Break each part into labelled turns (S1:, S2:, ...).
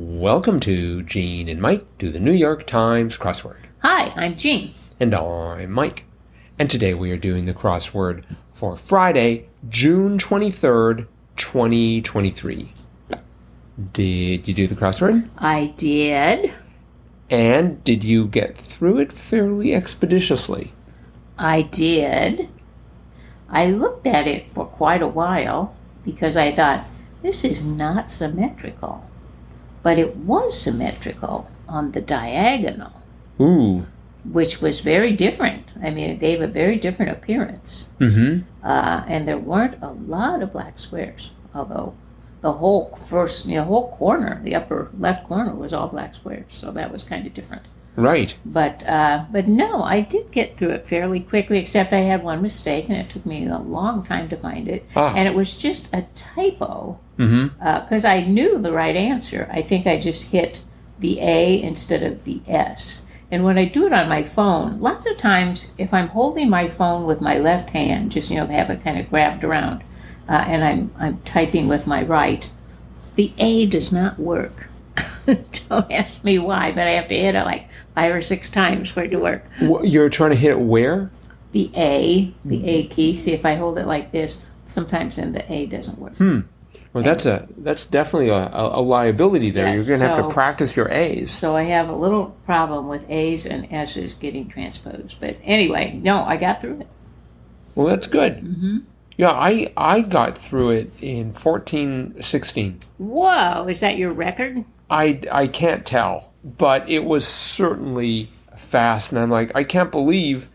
S1: Welcome to Gene and Mike do the New York Times crossword.
S2: Hi, I'm Jean.
S1: And I'm Mike. And today we are doing the crossword for Friday, June 23rd, 2023. Did you do the crossword?
S2: I did.
S1: And did you get through it fairly expeditiously?
S2: I did. I looked at it for quite a while because I thought, this is not symmetrical. But it was symmetrical on the diagonal,
S1: Ooh.
S2: which was very different. I mean, it gave a very different appearance.
S1: Mm
S2: Uh, and there weren't a lot of black squares, although the whole first, the whole corner, the upper left corner was all black squares, so that was kind of different.
S1: hmm. Right.
S2: But uh, but no, I did get through it fairly quickly. Except I had one mistake, and it took me a long time to find it.
S1: Ah.
S2: And it was just a typo
S1: Mm
S2: because I knew the right answer. I think I just hit the A instead of the S. And when I do it on my phone, lots of times if I'm holding my phone with my left hand, just you know have it kind of grabbed around, uh, and I'm I'm typing with my right, the A does not work. Don't ask me why, but I have to hit it like five or six times for it to work.
S1: hmm. You're trying to hit it where?
S2: The A, the A
S1: Mm-hmm.
S2: key. See if I hold it like this, sometimes then the A doesn't work.
S1: Hmm. Well, that's a that's definitely a, a, a liability there.
S2: Yes,
S1: You're going to have to
S2: so-
S1: practice your A's.
S2: So I have a little problem with A's and S's getting transposed. But anyway, no, I got through it.
S1: Well, that's good. Mm-hmm. Yeah, I I got through it in fourteen sixteen.
S2: Whoa, is that your record?
S1: I I can't tell, but it was certainly fast, and I'm like, I can't believe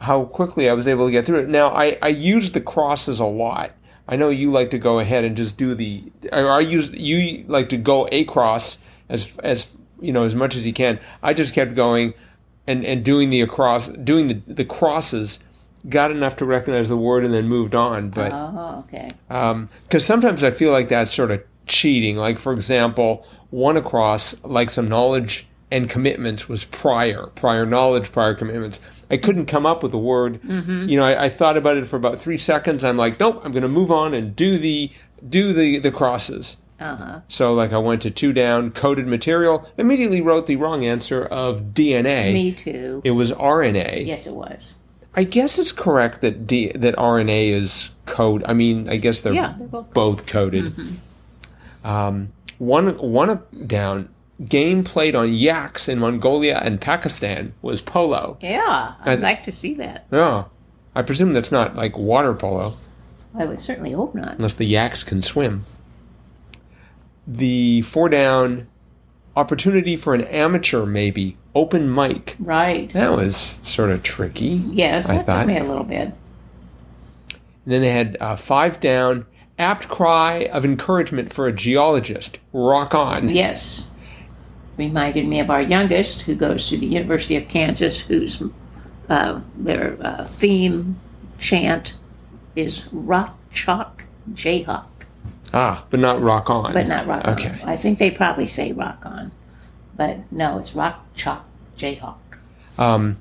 S1: how quickly I was able to get through it. Now, I I use the crosses a lot. I know you like to go ahead and just do the. Or I use you like to go across as as you know as much as you can. I just kept going, and and doing the across doing the the crosses. Got enough to recognize the word and then moved on, but
S2: Oh, okay.
S1: because Um, sometimes I feel like that's sort of cheating. Like, for example, one across, like some knowledge and commitments was prior, prior knowledge, prior commitments. I couldn't come up with a word. You know, I, I thought about it for about three seconds. I'm like, nope, I'm going to move on and do the do the the crosses.
S2: Uh huh.
S1: So, like, I went to two down, coded material, immediately wrote the wrong answer of DNA.
S2: Me too.
S1: It was RNA.
S2: Yes, it was.
S1: I guess it's correct that D, that RNA is code. I mean, I guess they're,
S2: Yeah, they're both Mm-hmm.
S1: coded. Um, one one down. Game played on yaks in Mongolia and Pakistan was polo.
S2: Yeah, I'd
S1: I-
S2: like to see that.
S1: Yeah, I presume that's not like water polo,
S2: I would certainly hope not.
S1: unless the yaks can swim. The four down opportunity for an amateur, maybe open mic.
S2: Right.
S1: That was sort of tricky.
S2: Yes,
S1: I
S2: that
S1: thought.
S2: took me a little bit.
S1: And then they had uh, five down, apt cry of encouragement for a geologist. Rock on.
S2: Yes. Reminded me of our youngest who goes to the University of Kansas, whose uh, their uh, theme chant is Rock Chalk Jayhawk.
S1: Ah, but not rock on.
S2: but not rock on.
S1: Okay.
S2: I think they probably say rock on, but no, it's rock chalk jayhawk.
S1: Um,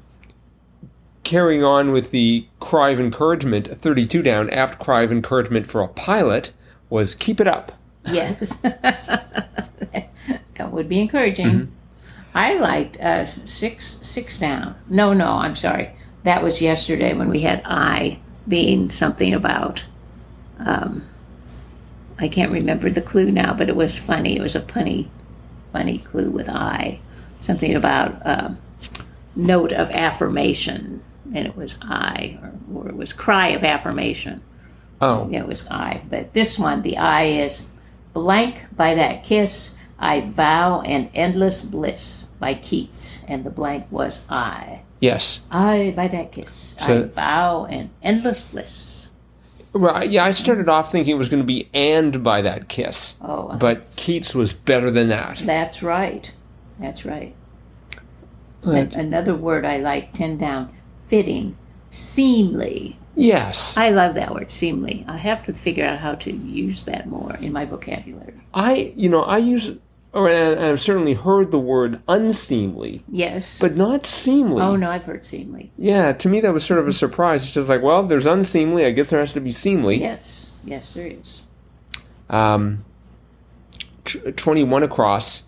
S1: carrying on with the cry of encouragement, 32 down, apt cry of encouragement for a pilot was keep it up.
S2: Yes, that would be encouraging. I liked uh, six six down. No, no, I'm sorry. That was yesterday when we had I being something about. Um, I can't remember the clue now, but it was funny. It was a punny, funny clue with I, something about um note of affirmation, and it was I, or, or it was cry of affirmation.
S1: Oh,
S2: you know, it was I. But this one, the I is blank by that kiss. I vow an endless bliss by Keats, and the blank was I.
S1: yes.
S2: I by that kiss.
S1: So-
S2: I vow an endless bliss.
S1: Right. Yeah, I started off thinking it was going to be and by that kiss.
S2: Oh,
S1: But Keats was better than that.
S2: that's right. That's right.
S1: Right.
S2: An- another word I like, ten down, fitting, seemly.
S1: Yes.
S2: I love that word, seemly. I have to figure out how to use that more in my vocabulary.
S1: I, you know, I use, or and I've certainly heard the word unseemly,
S2: Yes.
S1: but not seemly.
S2: oh no, I've heard seemly.
S1: Yeah, to me that was sort of a surprise. It's just like, well, if there's unseemly, I guess there has to be seemly.
S2: Yes. Yes, there is.
S1: Um, t- 21 across,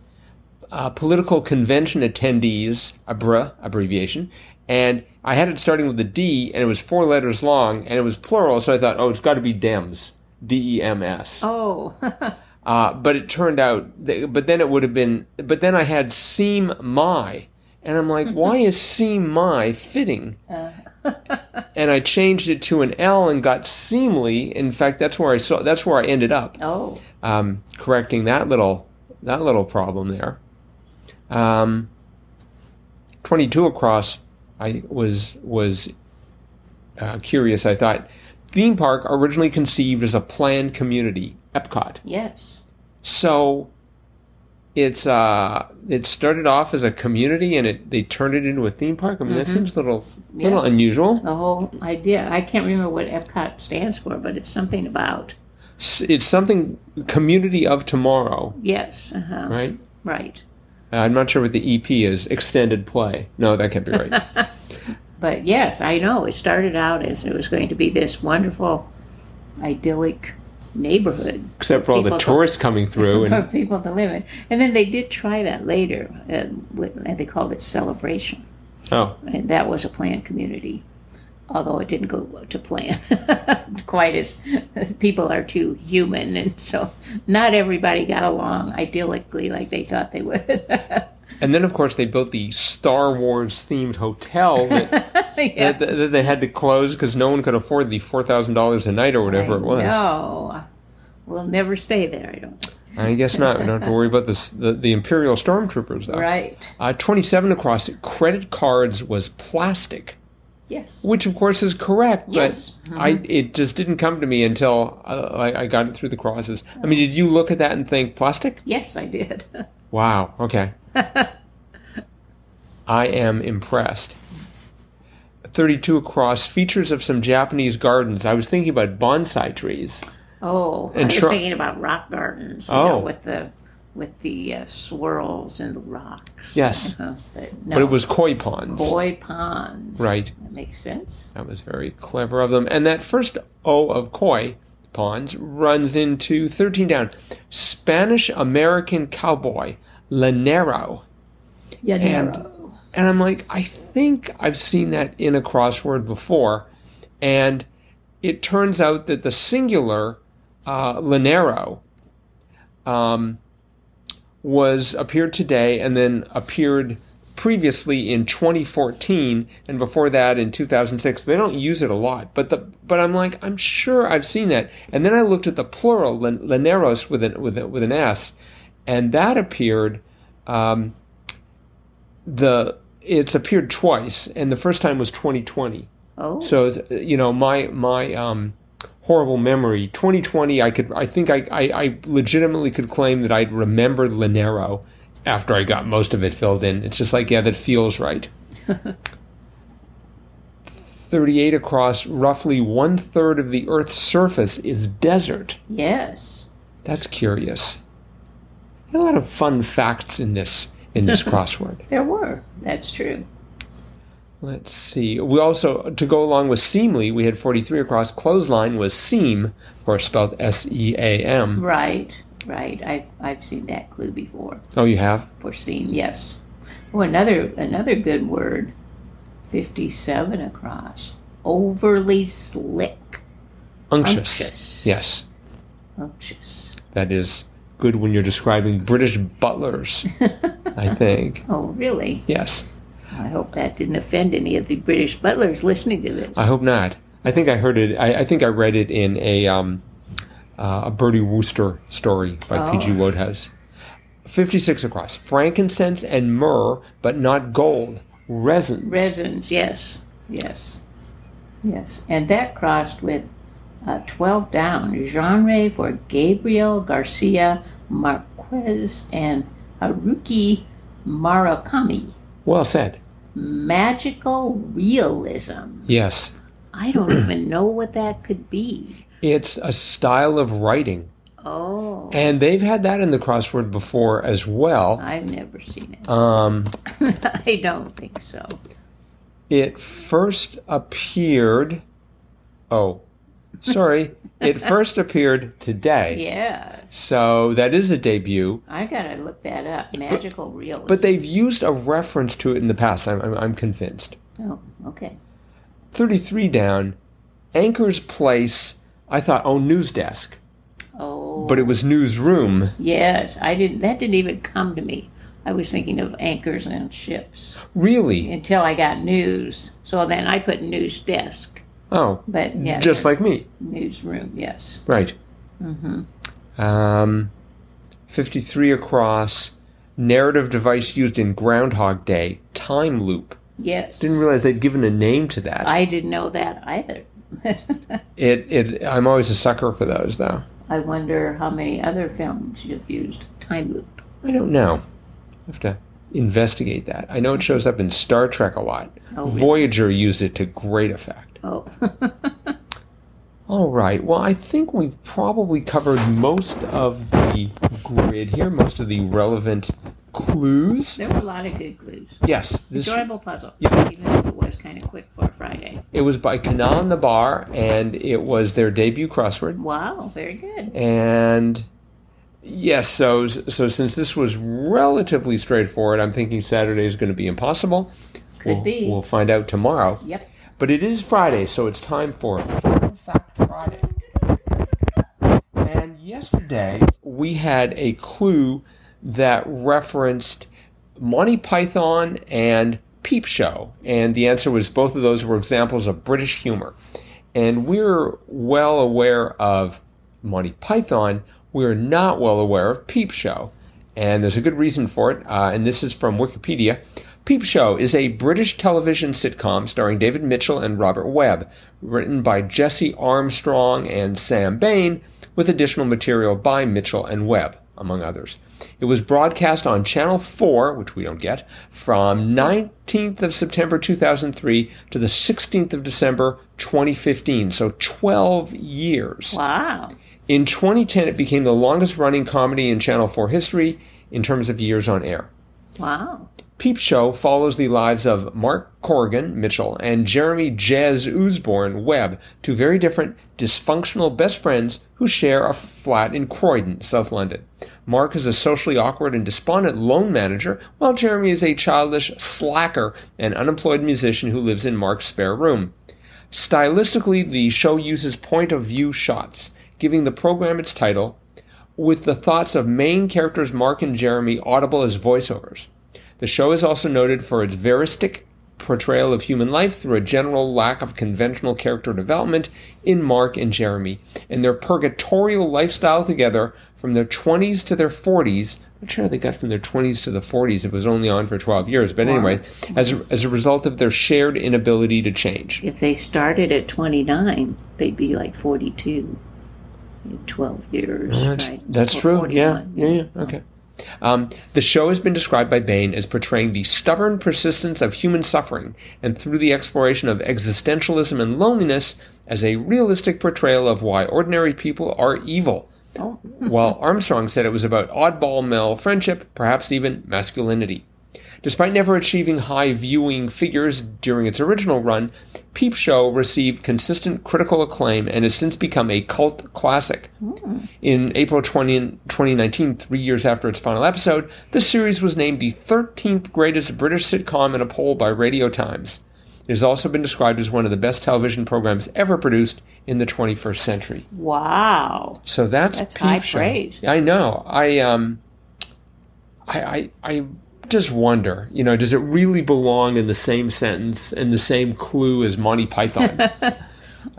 S1: uh, political convention attendees, ABRA abbreviation, and I had it starting with a D, and it was four letters long, and it was plural, so I thought, oh, it's got to be Dems, D E M S.
S2: Oh,
S1: Uh, but it turned out, that, but then it would have been, but then I had seem my, and I'm like, why is seem my fitting? and I changed it to an L and got seemly. In fact, that's where I saw, that's where I ended up,
S2: oh,
S1: um, correcting that little, that little problem there. Um, 22 across, I was, was uh, curious. I thought, theme park originally conceived as a planned community, Epcot.
S2: yes.
S1: So it's uh it started off as a community and it they turned it into a theme park. I mean that seems a little little
S2: Mm-hmm. Yeah.
S1: unusual.
S2: The whole idea. I can't remember what Epcot stands for, but it's something about
S1: S- It's something community of tomorrow,
S2: yes, uh-huh.
S1: right?
S2: right.
S1: Uh, I'm not sure what the EP is. Extended play. No, that can't be right.
S2: But yes, I know it started out as it was going to be this wonderful, idyllic neighborhood
S1: Except for all the
S2: People-
S1: tourists coming through
S2: for
S1: and
S2: people to live in. And then they did try that later, uh, with- and they called it Celebration.
S1: oh,
S2: And that was a planned community, although it didn't go to plan quite as people are too human. And so not everybody got along idyllically like they thought they would.
S1: and then of course they built the Star Wars themed hotel that,
S2: yeah.
S1: that, that they had to close because no one could afford the four thousand dollars a night or whatever it was.
S2: No, we'll never stay there, I don't think.
S1: I guess not. We don't have to worry about this, the the Imperial stormtroopers though.
S2: Right.
S1: Uh, 27 across, credit cards was plastic,
S2: Yes.
S1: which of course is correct,
S2: Yes. Mm-hmm.
S1: but I it just didn't come to me until uh, I, I got it through the crosses. I mean, did you look at that and think plastic?
S2: Yes, I did.
S1: Wow, okay. I am impressed. 32 across, features of some Japanese gardens. I was thinking about bonsai trees.
S2: Oh, I
S1: And
S2: was
S1: tro-
S2: thinking about rock gardens. You
S1: Oh.
S2: know, with the with the uh, swirls and the rocks.
S1: Yes.
S2: Uh-huh, but, no,
S1: But it was koi ponds.
S2: koi ponds.
S1: Right.
S2: That makes sense.
S1: That was very clever of them. And that first O of koi ponds runs into 13 down. Spanish American cowboy, Lanero.
S2: Yeah.
S1: And I'm like, I think I've seen that in a crossword before. And it turns out that the singular uh, Lanero um, was appeared today and then appeared previously in 2014 and before that in 2006 they don't use it a lot but the but i'm like i'm sure i've seen that and then i looked at the plural lan- laneros with an with, a, with an s and that appeared um, the it's appeared twice, and the first time was 2020.
S2: Oh.
S1: So it's, you know, my my um, horrible memory, 2020. I could I think I, I I legitimately could claim that I'd remembered Linero after I got most of it filled in. It's just like yeah, that feels right. 38 across, roughly one third of the Earth's surface is desert.
S2: yes.
S1: That's curious. A lot of fun facts in this in this crossword.
S2: There were. That's true.
S1: Let's see. We also, to go along with seemly, we had 43 across. Clothesline was seam, of course, spelled S E A M.
S2: Right. Right. I I've seen that clue before.
S1: Oh, you have?
S2: For seam. Yes. Oh, another another good word. Fifty-seven across. Overly slick.
S1: Unctuous.
S2: Unctuous.
S1: Yes.
S2: Unctuous.
S1: That is good when you're describing British butlers, I think.
S2: Oh, really?
S1: Yes.
S2: I hope that didn't offend any of the British butlers listening to this.
S1: I hope not. I think I heard it, I, I think I read it in a, um, uh, a Bertie Wooster story by P.G.
S2: Oh.
S1: Wodehouse. 56 across. Frankincense and myrrh, but not gold. Resins.
S2: Resins, yes, yes, yes. And that crossed with uh, 12 down, genre for Gabriel Garcia Marquez and Haruki Murakami.
S1: well said.
S2: Magical realism.
S1: Yes.
S2: I don't even know what that could be.
S1: It's a style of writing.
S2: Oh,
S1: And they've had that in the crossword before as well.
S2: I've never seen it.
S1: Um,
S2: I don't think so.
S1: it first appeared. Oh, Sorry, it first appeared today.
S2: Yeah,
S1: So that is a debut.
S2: I gotta look that up. Magical realism.
S1: But they've used a reference to it in the past. I'm, I'm, I'm convinced.
S2: oh, okay.
S1: 33 down, Anchor's Place, I thought, oh, news desk.
S2: Oh,
S1: But it was newsroom.
S2: yes, I didn't. That didn't even come to me. I was thinking of anchors and ships
S1: Really?
S2: until I got news. So then I put news desk,
S1: Oh,
S2: but yeah,
S1: just like me.
S2: newsroom. Yes.
S1: Right. Mm-hmm. Um, 53 across, narrative device used in Groundhog Day, time loop.
S2: Yes.
S1: Didn't realize they'd given a name to that.
S2: I didn't know that either.
S1: It, it, I'm always a sucker for those, though.
S2: I wonder how many other films you've used time loop.
S1: I don't know. I have to investigate that. I know it shows up in Star Trek a lot.
S2: Oh, really?
S1: Voyager used it to great effect.
S2: Oh,
S1: All right. Well, I think we've probably covered most of the grid here, most of the relevant clues.
S2: there were a lot of good clues.
S1: Yes, this
S2: Enjoyable puzzle.
S1: Yeah.
S2: Even if it was kind of quick for a Friday.
S1: it was by Kanan Nabar, and it was their debut crossword.
S2: Wow, very good.
S1: And yes, so so since this was relatively straightforward, I'm thinking Saturday is going to be impossible.
S2: Could
S1: We'll-
S2: be.
S1: We'll find out tomorrow.
S2: Yep.
S1: But it is Friday, so it's time for Fun Fact Friday. And yesterday we had a clue that referenced Monty Python and Peep Show. And the answer was both of those were examples of British humor. And we're well aware of Monty Python. We're not well aware of Peep Show. And there's a good reason for it, uh, and this is from Wikipedia. Peep Show is a British television sitcom starring David Mitchell and Robert Webb, written by Jesse Armstrong and Sam Bain, with additional material by Mitchell and Webb, among others. It was broadcast on Channel 4, which we don't get, from 19th of September 2003 to the 16th of December 2015, so 12 years.
S2: Wow.
S1: In 2010, it became the longest running comedy in Channel 4 history in terms of years on air.
S2: Wow.
S1: Peep Show follows the lives of Mark Corrigan, Mitchell, and Jeremy Jez Osborne, Webb, two very different, dysfunctional best friends who share a flat in Croydon, South London. Mark is a socially awkward and despondent loan manager, while Jeremy is a childish slacker and unemployed musician who lives in Mark's spare room. Stylistically, the show uses point of view shots, giving the program its title, with the thoughts of main characters Mark and Jeremy audible as voiceovers. The show is also noted for its veristic portrayal of human life through a general lack of conventional character development in Mark and Jeremy, and their purgatorial lifestyle together from their 20s to their 40s. I'm not sure how they got from their 20s to the 40s. It was only on for 12 years. But anyway, as a, as a result of their shared inability to change.
S2: If they started at 29, they'd be like 42 in 12 years.
S1: That's,
S2: right?
S1: that's
S2: Or
S1: true. Yeah.
S2: 41.
S1: Yeah. Yeah. Okay. Um, the show has been described by Bain as portraying the stubborn persistence of human suffering, and through the exploration of existentialism and loneliness, as a realistic portrayal of why ordinary people are evil.
S2: Oh,
S1: While Armstrong said it was about oddball male friendship, perhaps even masculinity. Despite never achieving high viewing figures during its original run, Peep Show received consistent critical acclaim and has since become a cult classic. In April 20, 2019, three years after its final episode, the series was named the 13th greatest British sitcom in a poll by Radio Times. It has also been described as one of the best television programs ever produced in the 21st century.
S2: wow.
S1: So that's,
S2: That's
S1: Peep
S2: high
S1: Show.
S2: praise.
S1: I know. I um, I, I I just wonder. You know, does it really belong in the same sentence and the same clue as Monty Python?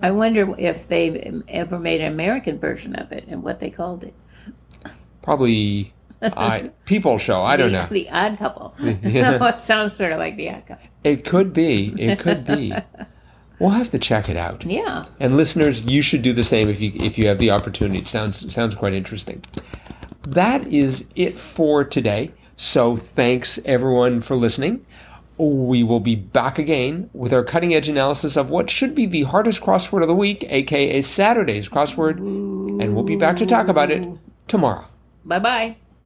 S2: I wonder if they ever made an American version of it and what they called it.
S1: Probably. I people show. I don't
S2: the,
S1: know.
S2: The Odd Couple.
S1: Yeah.
S2: it sounds sort of like The Odd Couple.
S1: It could be. It could be. We'll have to check it out.
S2: Yeah.
S1: And listeners, you should do the same if you if you have the opportunity. It sounds sounds quite interesting. That is it for today. So thanks everyone for listening. We will be back again with our cutting edge analysis of what should be the hardest crossword of the week, aka Saturday's crossword, and we'll be back to talk about it tomorrow.
S2: Bye bye.